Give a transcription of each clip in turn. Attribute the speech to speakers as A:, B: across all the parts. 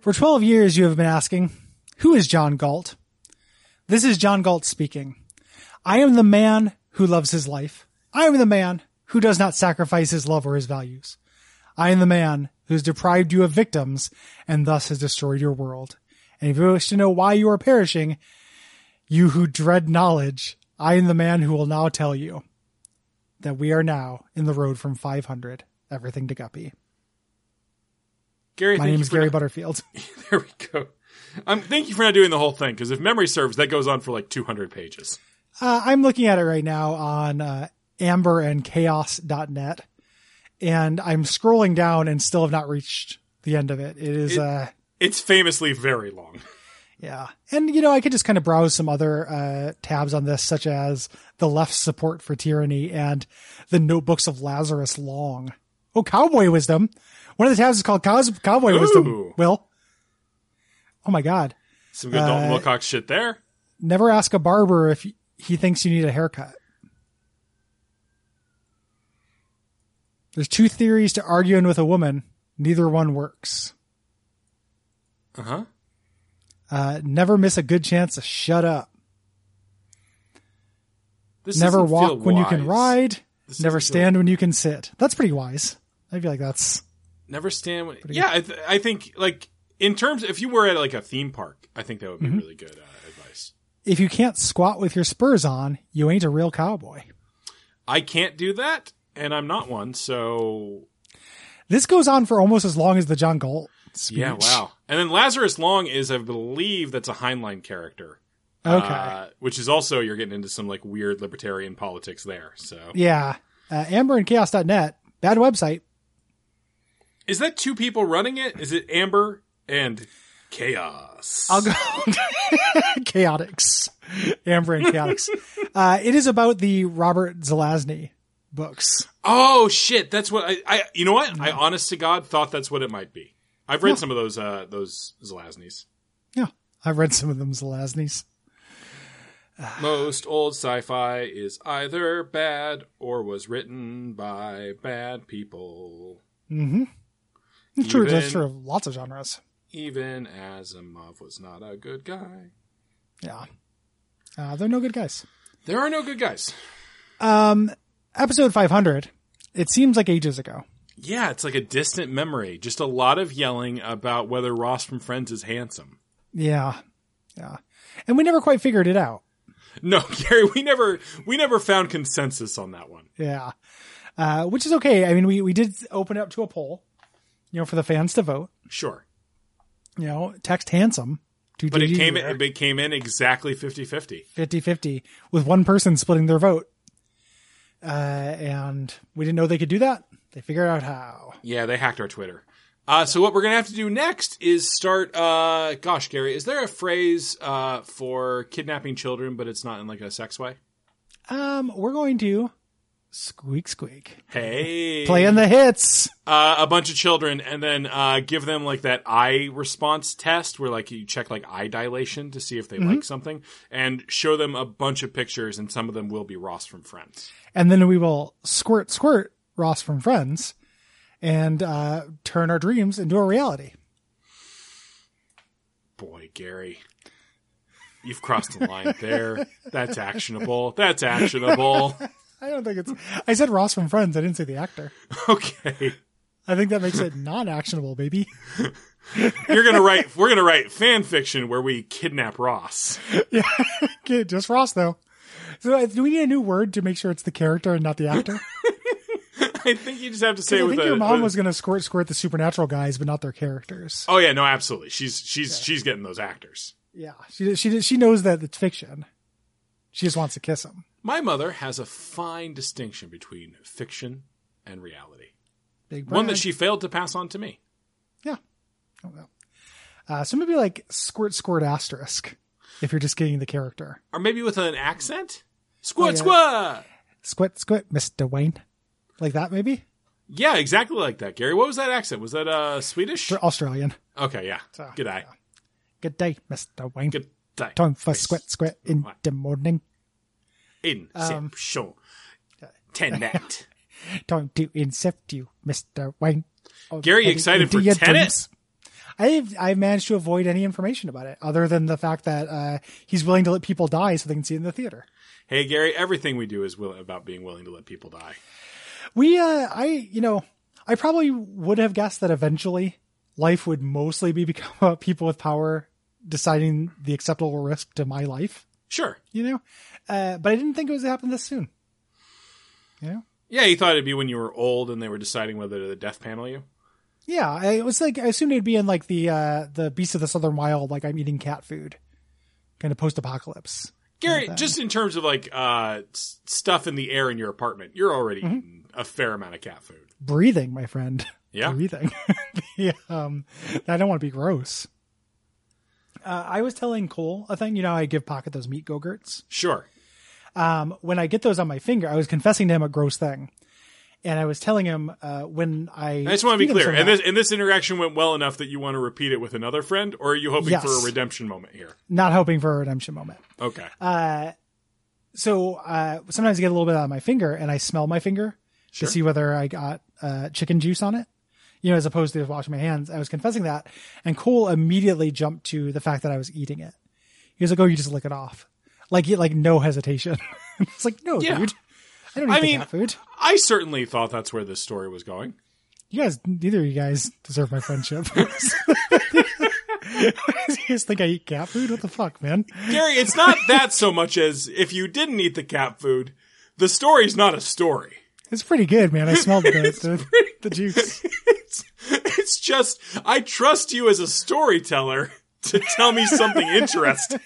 A: For 12 years, you have been asking, who is John Galt? This is John Galt speaking. I am the man who loves his life. I am the man who does not sacrifice his love or his values. I am the man who has deprived you of victims and thus has destroyed your world. And if you wish to know why you are perishing, you who dread knowledge, I am the man who will now tell you that we are now in the road from 500, everything to Guppy.
B: Gary,
A: My
B: thank
A: name
B: you
A: is
B: for
A: Gary
B: not-
A: Butterfield.
B: There we go. Um, thank you for not doing the whole thing because if memory serves, that goes on for like 200 pages.
A: Uh, I'm looking at it right now on uh, amberandchaos.net, and I'm scrolling down and still have not reached the end of it. It is,
B: It-
A: uh,
B: It's famously very long.
A: yeah. And, you know, I could just kind of browse some other uh, tabs on this, such as The Left's Support for Tyranny and The Notebooks of Lazarus Long. Oh, Cowboy Wisdom. One of the tabs is called Cos- Cowboy Wisdom.
B: Ooh.
A: Will. Oh, my God.
B: Some good
A: Uh,
B: Dalton Wilcox shit there.
A: Never ask a barber if he thinks you need a haircut. There's two theories to arguing with a woman. Neither one works.
B: Uh huh.
A: Uh, never miss a good chance to shut up.
B: This
A: never
B: doesn't feel
A: walk when you can
B: wise.
A: ride.
B: This
A: never
B: doesn't feel-
A: stand when you can sit. That's pretty wise. I feel like that's
B: Never stand. When, yeah, I, th- I think like in terms, if you were at like a theme park, I think that would be
A: Mm-hmm.
B: really good uh, advice.
A: if you can't squat with your spurs on, you ain't a real cowboy.
B: I can't do that, and I'm not one. So
A: This goes on for almost as long as the John Galt. Speech.
B: yeah, wow. And then Lazarus Long is, I believe, that's a Heinlein character.
A: Okay.
B: Uh, which is also you're getting into some like weird libertarian politics there. So
A: yeah. Uh, amberandchaos.net. Bad website.
B: Is that two people running it? Is it Amber and Chaos?
A: I'll go Chaotix, Amber and Chaotix. uh, it is about the Robert Zelazny books.
B: Oh shit, that's what I, I you know
A: Mm-hmm.
B: what? I honest to God thought that's what it might be. I've read some of those uh those Zelaznies.
A: Yeah, I've read some of them Zelaznys.
B: Most old sci-fi is either bad or was written by bad people.
A: Mm-hmm. It's true, that's
B: Even-
A: true of lots of genres.
B: Even Asimov was not a good guy.
A: Yeah, uh, they're no good guys.
B: There are no good guys.
A: Um, episode five hundred. It seems like ages ago.
B: Yeah, it's like a distant memory. Just a lot of yelling about whether Ross from Friends is handsome.
A: Yeah, yeah, and we never quite figured it out.
B: No, Gary, we never we never found consensus on that one.
A: Yeah. Uh, which is okay. I mean, we, we did open up to a poll, you know, for the fans to vote,
B: Sure.
A: you know, text handsome. to
B: But it
A: DDD
B: came
A: there.
B: in, it came in exactly 50-50.
A: 50-50 with one person splitting their vote. Uh, and we didn't know they could do that. They figured out how.
B: Yeah, they hacked our Twitter. Uh, so what we're going to have to do next is start uh, gosh, Gary, is there a phrase uh, for kidnapping children but it's not in like a sex way?
A: Um, we're going to squeak squeak.
B: Hey.
A: Playing the hits.
B: uh, a bunch of children and then uh, give them like that eye response test where like you check like eye dilation to see if they
A: Mm-hmm.
B: like something and show them a bunch of pictures and some of them will be Ross from Friends.
A: And then we will squirt squirt Ross from Friends and uh, turn our dreams into a reality.
B: boy, Gary, you've crossed the line there. That's actionable. That's actionable.
A: I don't think it's. I said Ross from Friends. I didn't say the actor.
B: Okay.
A: I think that makes it non actionable, baby.
B: You're going to write, we're going to write fan fiction where we kidnap Ross.
A: Yeah. Okay, Just Ross, though. So uh, do we need a new word to make sure it's the character and not the actor?
B: I think you just have to say
A: I
B: it with
A: think
B: a,
A: your mom
B: with-
A: was going to squirt squirt the supernatural guys, but not their characters.
B: Oh yeah, no, absolutely. She's, she's, she's getting those actors.
A: Yeah, she she she knows that it's fiction. She just wants to kiss him.
B: My mother has a fine distinction between fiction and reality.
A: Big
B: One that
A: brag.
B: she failed to pass on to me.
A: yeah. I don't know. Uh, so maybe like squirt squirt asterisk, if you're just getting the character.
B: Or maybe with an accent? Squat,
A: yeah.
B: squat!
A: Squit squit, Mister Wayne, like that maybe.
B: Yeah, exactly like that, Gary. What was that accent? Was that uh, Swedish?
A: They're Australian.
B: Okay, yeah.
A: So,
B: Good eye.
A: Good day, Mister Wayne.
B: Good day.
A: Time for
B: Face.
A: squit squit in
B: Right.
A: the morning.
B: Inception. Tenet.
A: Time to incept you, Mister Wayne.
B: Gary, you
A: Eddie
B: excited for
A: into your
B: Tenet?
A: dreams. uh, I've I've managed to avoid any information about it other than the fact that uh, he's willing to let people die so they can see it in the theater.
B: Hey, Gary, everything we do is will- about being willing to let people die.
A: We, uh, I, you know, I probably would have guessed that eventually life would mostly be become about people with power deciding the acceptable risk to my life.
B: Sure.
A: You know, uh, but I didn't think it was happen this soon. You know.
B: Yeah, you thought it'd be when you were old and they were deciding whether to death panel you.
A: Yeah, I it was like I assumed it'd be in like the uh the Beast of the Southern Wild, like I'm eating cat food, kind of post apocalypse.
B: Gary,
A: thing.
B: just in terms of like uh, s- stuff in the air in your apartment, you're already
A: Mm-hmm.
B: eating a fair amount of cat food.
A: Breathing, my friend.
B: Yeah.
A: breathing. The, um, I don't want to be gross. Uh, I was telling Cole a thing. You know, I give Pocket those meat gogurts.
B: Sure.
A: Um, when I get those on my finger, I was confessing to him a gross thing, and I was telling him uh, when I.
B: I just want to be
A: feed him
B: clear.
A: some of
B: And
A: that-
B: this and this interaction went well enough that you want to repeat it with another friend, or are you hoping for
A: Yes.
B: a redemption moment here?
A: not hoping for a redemption moment.
B: Okay.
A: Uh, so uh, sometimes I get a little bit out of my finger, and I smell my finger
B: Sure.
A: to see whether I got uh, chicken juice on it. You know, as opposed to just washing my hands. I was confessing that, and Cole immediately jumped to the fact that I was eating it. He was like, "Oh, you just lick it off," like he, like no hesitation. it's like, no,
B: Yeah.
A: dude, I don't eat
B: I
A: the
B: mean-
A: cat food.
B: I certainly thought that's where this story was going.
A: You guys, neither of you guys deserve my friendship. you guys think I eat cat food? What the fuck, man?
B: Gary, it's not that so much as if you didn't eat the cat food, the story's not a story.
A: It's pretty good, man. I smelled the, the, the juice.
B: It's, it's just, I trust you as a storyteller to tell me something interesting.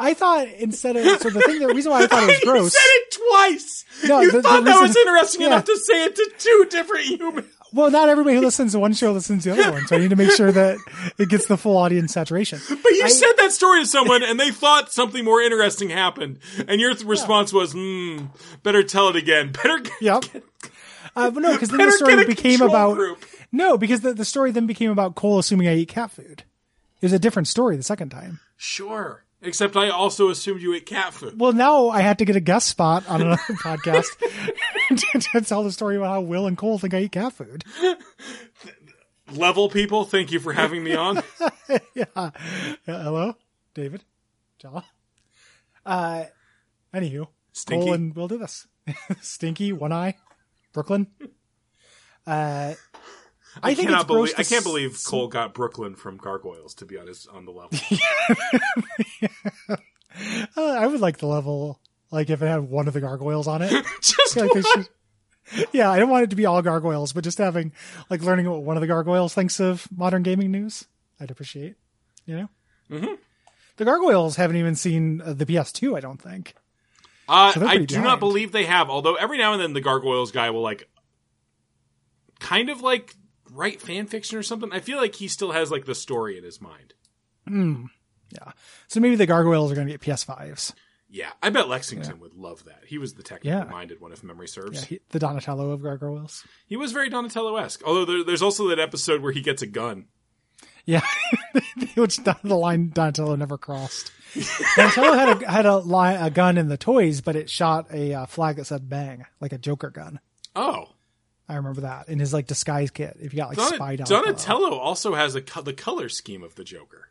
A: I thought instead of so the thing the reason why I thought it was
B: You
A: gross.
B: said it twice.
A: No,
B: you
A: the- the
B: thought that was
A: reason-
B: interesting
A: yeah.
B: enough to say it to two different humans.
A: Well, not everybody who listens to one show listens to the other one, so I need to make sure that it gets the full audience saturation.
B: But you said that story to someone, and they thought something more interesting happened, and your th- response was, "Hmm, better tell it again. Better, get-
A: Yep. Uh, but no, because then the
B: better
A: story
B: get a
A: became
B: control
A: about
B: group."
A: no, because the, the story then became about Cole assuming I eat cat food. It was a different story the second time.
B: Sure. Except I also assumed you ate cat food.
A: Well, now I had to get a guest spot on another podcast to, to tell the story about how Will and Cole think I eat cat food.
B: Level people, thank you for having me on.
A: Uh, hello, David, Jala. Uh, anywho,
B: Stinky.
A: Cole and Will do this. Stinky, one eye, Brooklyn. Uh, I, think it's
B: cannot
A: gross
B: believe,
A: to
B: I
A: s-
B: can't believe Cole got Brooklyn from Gargoyles, to be honest, on the level.
A: uh, I would like the level, like if it had one of the gargoyles on it.
B: Just
A: Like they
B: one.
A: should- yeah, I don't want it to be all gargoyles, but just having like learning what one of the gargoyles thinks of modern gaming news, I'd appreciate. You know,
B: Mhm.
A: the gargoyles haven't even seen uh, the PS2. I don't think.
B: Uh,
A: So they're
B: I do
A: pretty blind.
B: not believe they have, although every now and then the Gargoyles guy will, like, kind of like write fan fiction or something. I feel like he still has, like, the story in his mind.
A: Mm. Yeah. So maybe the gargoyles are going to get PS5s.
B: Yeah, I bet Lexington would love that. He was the technical
A: Yeah.
B: minded one, if memory serves.
A: Yeah,
B: he-,
A: he- the Donatello of gargoyles.
B: was very Donatello esque. Although there, there's also that episode where he gets a gun.
A: Yeah, which the line Donatello never crossed. Donatello had a had a, li- a gun in the toys, but it shot a uh, flag that said "bang," like a Joker gun.
B: Oh,
A: I remember that in his like disguise kit. If you got like
B: Don-
A: spy Donatello,
B: Donatello also has a co- the color scheme of the Joker.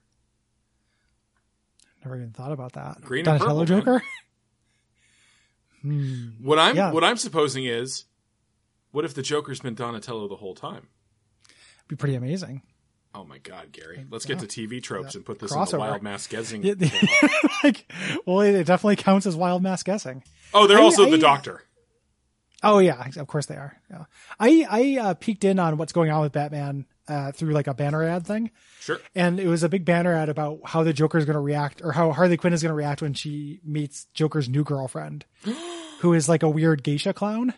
A: never even thought about that.
B: Green and
A: Donatello
B: purple,
A: Joker.
B: man.
A: Hmm.
B: What I'm
A: Yeah.
B: what I'm supposing is, what if the Joker's been Donatello the whole time?
A: Be pretty amazing.
B: Oh my God, Gary! Let's get to TV tropes and put this in
A: Crossover.
B: the wild mass guessing.
A: Yeah, like, well, it, it definitely counts as wild mass guessing.
B: oh, they're
A: I-
B: also the
A: I-
B: Doctor.
A: Oh yeah, of course they are. Yeah. I I uh, peeked in on what's going on with Batman uh, through like a banner ad thing,
B: Sure.
A: and it was a big banner ad about how the Joker is going to react or how Harley Quinn is going to react when she meets Joker's new girlfriend, who is like a weird geisha clown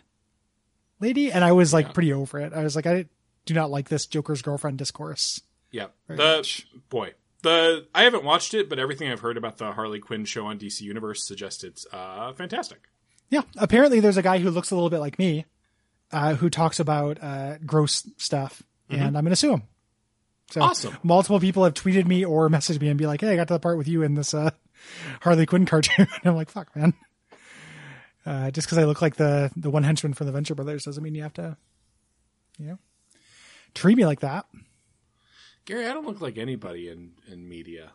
A: lady. And I was like
B: Yeah.
A: pretty over it. I was like, I do not like this Joker's girlfriend discourse.
B: Yeah.
A: Very
B: the
A: much.
B: boy. The I haven't watched it, but everything I've heard about the Harley Quinn show on DC Universe suggests it's uh, fantastic.
A: Yeah, apparently there's a guy who looks a little bit like me, uh, who talks about uh, gross stuff, and I'm gonna sue him. So
B: Mm-hmm. Awesome.
A: Multiple people have tweeted me or messaged me and be like, "Hey, I got to the part with you in this uh, Harley Quinn cartoon." and I'm like, "Fuck, man." Uh, just because I look like the the one henchman from the Venture Brothers doesn't mean you have to, you know, treat me like that.
B: Gary, I don't look like anybody in in media.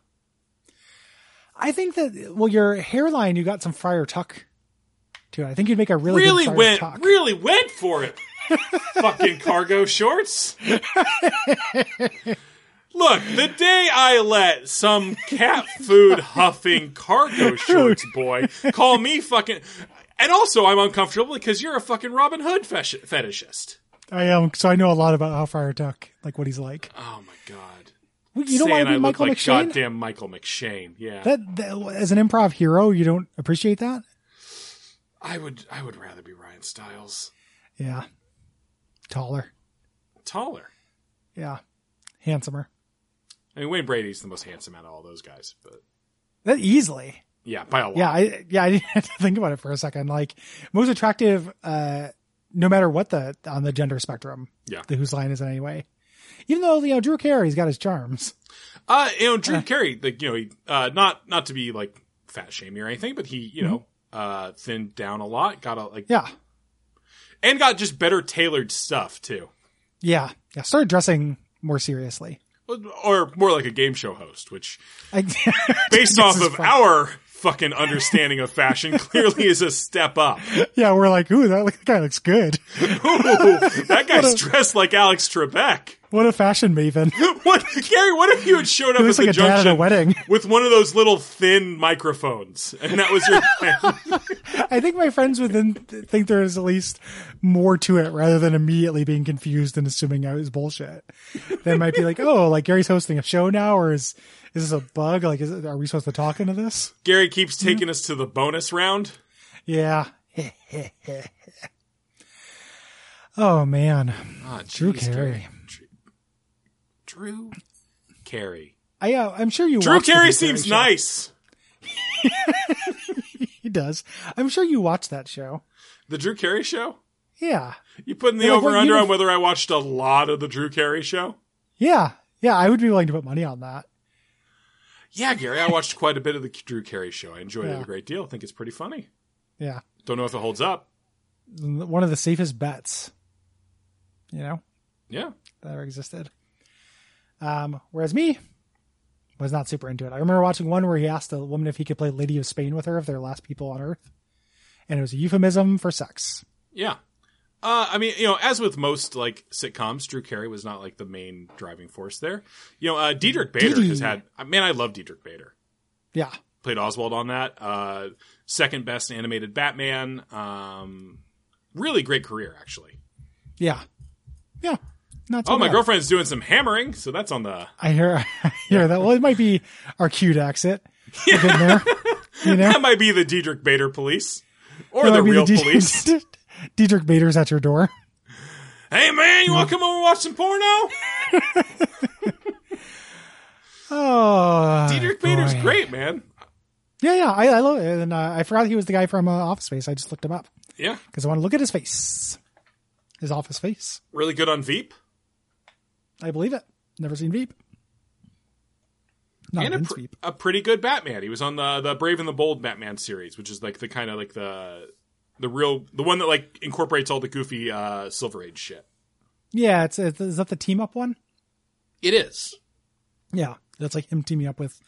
A: I think that well, your hairline, you got some Friar Tuck to it. I think you'd make a really good
B: Really
A: Friar
B: went,
A: Tuck.
B: really went for it. Fucking cargo shorts. Look, the day I let some cat food huffing cargo shorts boy call me fucking. And also, I'm uncomfortable because you're a fucking Robin Hood fesh- fetishist.
A: I am so I know a lot about how Friar Tuck, like what he's like.
B: Oh my god!
A: You don't
B: Saying
A: want to be
B: I look
A: Michael
B: like
A: McShane.
B: goddamn Michael McShane. Yeah,
A: That, that as an improv hero, you don't appreciate that.
B: I would. I would rather be Ryan Stiles,
A: Yeah, taller.
B: taller.
A: Yeah, handsomer.
B: I mean, Wayne Brady's the most handsome out of all those guys, but
A: That easily.
B: yeah, by a lot.
A: Yeah, I, yeah. I didn't have to think about it for a second. Like most attractive, uh, no matter what the on the gender spectrum.
B: Yeah.
A: the whose line is in any way. Even though you know Drew Carey's got his charms.
B: Uh, you know, Drew Carey, like, you know, he, uh, not, not to be like fat shaming or anything, but he, you know, uh, thinned down a lot, got a, like,
A: Mm-hmm. Yeah,
B: and got just better tailored stuff too.
A: yeah, yeah. Started dressing more seriously.
B: Or more like a game show host, which
A: I,
B: based off
A: is
B: of
A: fun.
B: our fucking understanding of fashion clearly is a step up.
A: yeah, we're like, ooh, that, that guy looks good.
B: Ooh, that guy's dressed like Alex Trebek.
A: What a fashion maven.
B: What, Gary, what if you had showed up at
A: looks
B: the
A: like a dad at a
B: junction
A: wedding.
B: with one of those little thin microphones and that was your plan?
A: I think my friends would then th- think there is at least more to it rather than immediately being confused and assuming I was bullshit. They might be like, oh, like Gary's hosting a show now, or is is this a bug? Like, is it, are we supposed to talk into this?
B: Gary keeps taking us to the bonus round.
A: Yeah. oh man,
B: Ah,
A: Drew
B: jeez,
A: Carey.
B: Drew- Drew Carey.
A: I uh, I'm sure you.
B: Drew
A: watched the
B: Carey seems
A: show.
B: nice.
A: He does. I'm sure you watched that show.
B: The Drew Carey show?
A: Yeah.
B: You putting the
A: Yeah, like,
B: over
A: what
B: under
A: you-
B: on whether I watched a lot of the Drew Carey show?
A: Yeah. Yeah. I would be willing to put money on that.
B: Yeah, Gary, I watched quite a bit of the Drew Carey show. I enjoyed it
A: Yeah.
B: a great deal. I think it's pretty funny.
A: Yeah.
B: Don't know if it holds up.
A: One of the safest bets. You know.
B: Yeah.
A: that ever existed. Um, whereas me was not super into it. I remember watching one where he asked a woman if he could play Lady of Spain with her if they're the last people on Earth, and it was a euphemism for sex.
B: Yeah. Uh, I mean, you know, as with most like sitcoms, Drew Carey was not like the main driving force there. You know, uh, Diedrich Bader
A: Dee Dee.
B: has had. Man, I love Diedrich Bader.
A: Yeah,
B: played Oswald on that. Uh, second best animated Batman. Um, really great career, actually.
A: yeah, yeah. Not too
B: Oh, my
A: bad.
B: girlfriend's doing some hammering, so that's on the.
A: I hear, I hear that. Well, it might be our cute exit. We've been there, you know.
B: That might be the Diedrich Bader police or
A: That might
B: the
A: be
B: real
A: Diet-
B: police.
A: Dietrich Bader's at your door.
B: hey, man, you want to come over and watch some porno?
A: Oh,
B: Diedrich Bader's
A: boy.
B: great, man.
A: Yeah, yeah. I, I love it, and uh, I forgot he was the guy from uh, Office Space. I just looked him up.
B: Yeah,
A: because I want to look at his face, his office face.
B: really good on Veep.
A: I believe it. Never seen Veep. Not
B: and a,
A: Vince
B: pr-
A: Veep.
B: a pretty good Batman. He was on the the Brave and the Bold Batman series, which is like the kind of like the the real the one that like incorporates all the goofy uh Silver Age shit.
A: Yeah, it's, it's is that the team up one?
B: It is.
A: Yeah, that's like him teaming up with,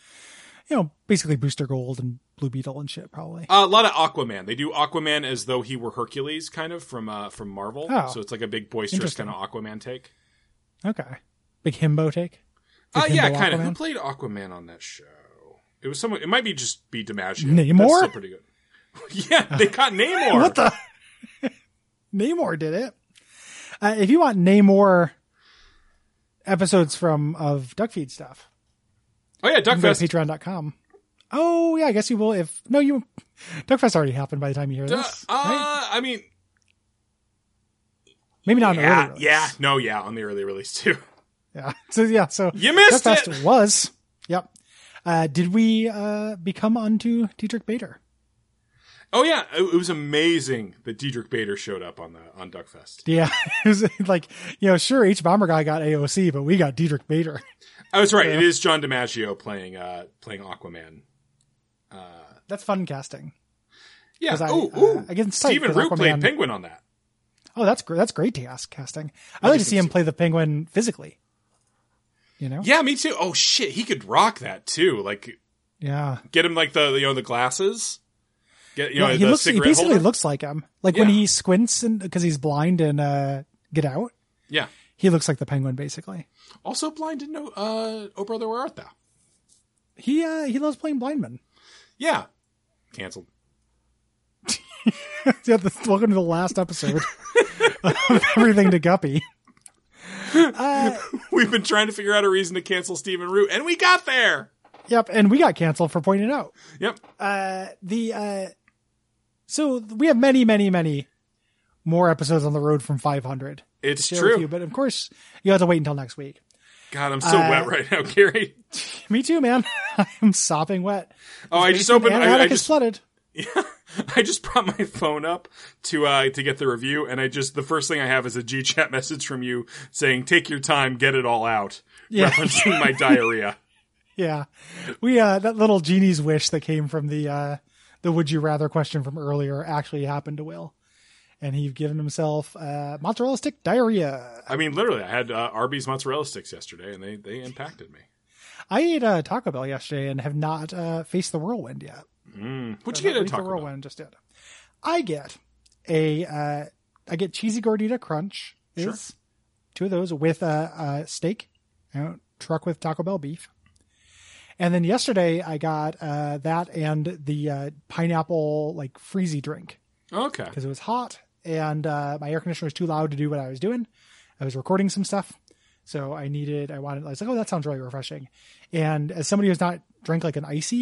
A: you know, basically Booster Gold and Blue Beetle and shit, probably.
B: Uh, a lot of Aquaman. They do Aquaman as though he were Hercules, kind of from uh, from Marvel.
A: Oh.
B: So it's like a big boisterous
A: Interesting.
B: kind of Aquaman take.
A: Okay, big himbo take.
B: Uh,
A: Big
B: yeah,
A: himbo
B: kind of.
A: Aquaman?
B: Who played Aquaman on that show? It was someone. It might be just be DiMaggio.
A: Namor?
B: That's still pretty good. yeah, they got Namor.
A: What the? Namor did it. Uh, if you want Namor episodes from of Duckfeed stuff,
B: Oh yeah,
A: You can go
B: Duckfest.
A: to patreon.com. Oh yeah, I guess you will if no you Duckfest already happened by the time you hear
B: Uh,
A: this. right?
B: uh, I mean,
A: Maybe not in
B: yeah,
A: early release.
B: yeah, no, yeah, on the early release too.
A: Yeah. So yeah, so
B: You missed
A: Duckfest
B: it.
A: was. Yep. Uh, did we uh, become unto Dietrich Bader?
B: Oh yeah, it, it was amazing that Diedrich Bader showed up on the on Duckfest.
A: Yeah. it was like, you know, sure each bomber guy got AOC, but we got Dietrich Bader.
B: I was right. It is John DiMaggio playing uh playing Aquaman.
A: That's fun casting.
B: Yeah.
A: 'Cause I-
B: ooh,
A: uh,
B: ooh.
A: I get psyched
B: Stephen
A: 'cause
B: Root played
A: Aquaman-
B: Penguin on that.
A: Oh, that's great. That's great to ask casting. I'd like to see him play the penguin physically. You know?
B: Yeah, me too. Oh shit, he could rock that too. Like
A: Yeah.
B: get him like the you know the glasses. Get you know
A: yeah he
B: the
A: looks. He
B: cigarette
A: basically
B: holder.
A: looks like him. Like when
B: Yeah.
A: he squints and because he's blind and uh, Get Out,
B: yeah.
A: he looks like the Penguin. Basically,
B: Also blind to know uh Oh Brother Where Art Thou.
A: he uh, he loves playing blind men.
B: Yeah. Cancelled.
A: yeah, the, welcome to the last episode of everything to Guppy. Uh,
B: We've been trying to figure out a reason to cancel Steven Root, and we got there.
A: yep, and we got canceled for pointing it out.
B: Yep.
A: Uh, the uh, so we have many, many, many more episodes on the road from 500.
B: It's
A: Share with
B: true.
A: you, but of course you have to wait until next week.
B: God, I'm so
A: Uh,
B: wet right now, Gary.
A: Me too, man. I'm sopping wet.
B: Oh, I just
A: Basement and
B: opened. I, I
A: attic is
B: just
A: flooded.
B: I just brought my phone up to uh to get the review, and I just the first thing I have is a G chat message from you saying, "Take your time, get it all out,"
A: Yeah.
B: referencing my diarrhea.
A: Yeah. We uh that little genie's wish that came from the uh the would you rather question from earlier actually happened to Will. And he'd given himself uh mozzarella stick diarrhea.
B: I mean, literally, I had uh, Arby's mozzarella sticks yesterday, and they they impacted me.
A: I ate uh, Taco Bell yesterday and have not uh faced the whirlwind yet.
B: Mm. What'd
A: I've not
B: you get at
A: faced the
B: Taco Bell?
A: whirlwind just yet. I get a uh I get cheesy gordita crunch is
B: Sure.
A: two of those with uh, uh steak, you know, truck with Taco Bell beef. And then yesterday I got uh that and the uh pineapple like freezy drink.
B: Okay,
A: because it was hot and uh, my air conditioner was too loud to do what I was doing. I was recording some stuff, so I needed. I wanted. I was like, "Oh, that sounds really refreshing." And as somebody who's not drank like an icy,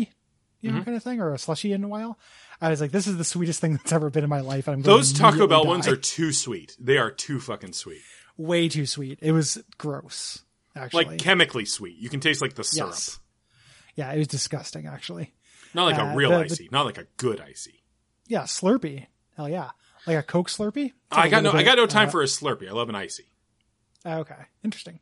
A: you
B: Mm-hmm.
A: know, kind of thing or a slushy in a while, I was like, "This is the sweetest thing that's ever been in my life." And I'm going
B: those
A: to
B: Taco
A: immediately
B: Bell
A: die.
B: ones are too sweet. They are too fucking sweet,
A: way too sweet. It was gross. Actually,
B: like chemically sweet. You can taste like the syrup,
A: Yes. yeah, it was disgusting. Actually,
B: not like
A: Uh,
B: a real
A: the- the-
B: icy, not like a good icy.
A: yeah, Slurpee. Hell yeah, like a Coke Slurpee. It's like
B: I
A: a
B: got no,
A: little
B: I got
A: bit,
B: no time
A: uh,
B: for a Slurpee. I love an icy.
A: Okay, interesting.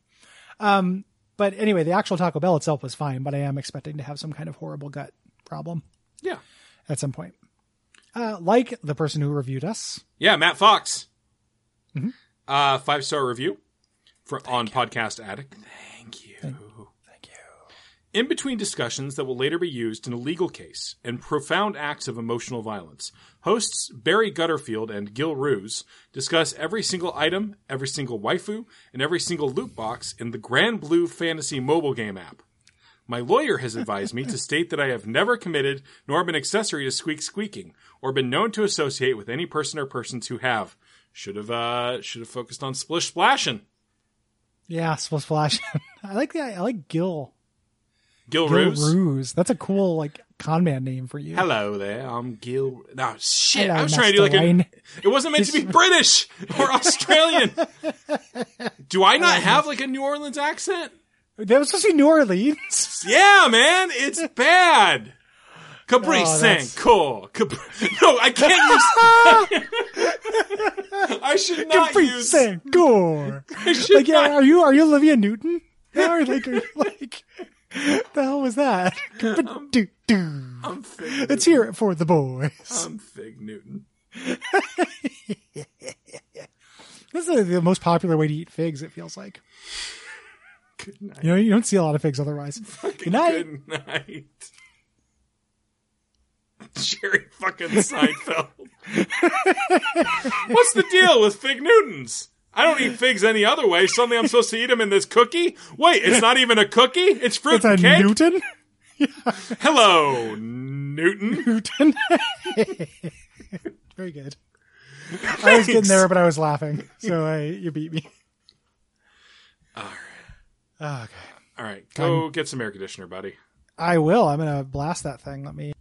A: Um, but anyway, the actual Taco Bell itself was fine, but I am expecting to have some kind of horrible gut problem
B: Yeah,
A: at some point. Uh, like the person who reviewed us.
B: Yeah, Matt Fox. Uh, five star review for, on Podcast Addict. Thank you. Thank you. In between discussions that will later be used in a legal case and profound acts of emotional violence, hosts Barry Gutterfield and Gil Ruse discuss every single item, every single waifu, and every single loot box in the Grand Blue Fantasy mobile game app. My lawyer has advised me to state that I have never committed nor been accessory to squeak squeaking or been known to associate with any person or persons who have. Should have uh should have focused on splish splashing.
A: Yeah, Splish Splash. I like the I like Gil.
B: Gil,
A: Gil
B: Ruse.
A: Ruse. That's a cool like con man name for you.
B: Hello there, I'm Gil. No shit,
A: Hello,
B: I was trying to do like
A: Master
B: a.
A: Wayne.
B: It wasn't meant to be British or Australian. do I not have like a New Orleans accent?
A: That was supposed to be New Orleans.
B: Yeah, man, it's bad. Caprice
A: Oh,
B: Saint
A: that's-
B: Cour. Capri- no, I can't use. I should not use.
A: Caprice Gore.
B: I should
A: Like, yeah,
B: not-
A: are you are you Olivia Newton? Or like, are you, like the hell was that? do, do.
B: I'm Fig.
A: Let's hear it for the boys.
B: I'm Fig Newton.
A: This is the most popular way to eat figs. It feels like
B: Good night.
A: you know you don't see a lot of figs otherwise. Good night.
B: Good night. Jerry fucking Seinfeld. What's the deal with Fig Newtons? I don't eat figs any other way. Suddenly I'm supposed to eat them in this cookie? Wait, it's not even a cookie? It's fruit
A: It's a
B: and cake?
A: Newton.
B: Hello, Newton.
A: Newton. Very good. I was getting there, but I was laughing, so I, you beat me. All right. Okay.
B: All right, go get some air conditioner, buddy.
A: I will. I'm gonna blast that thing. Let me.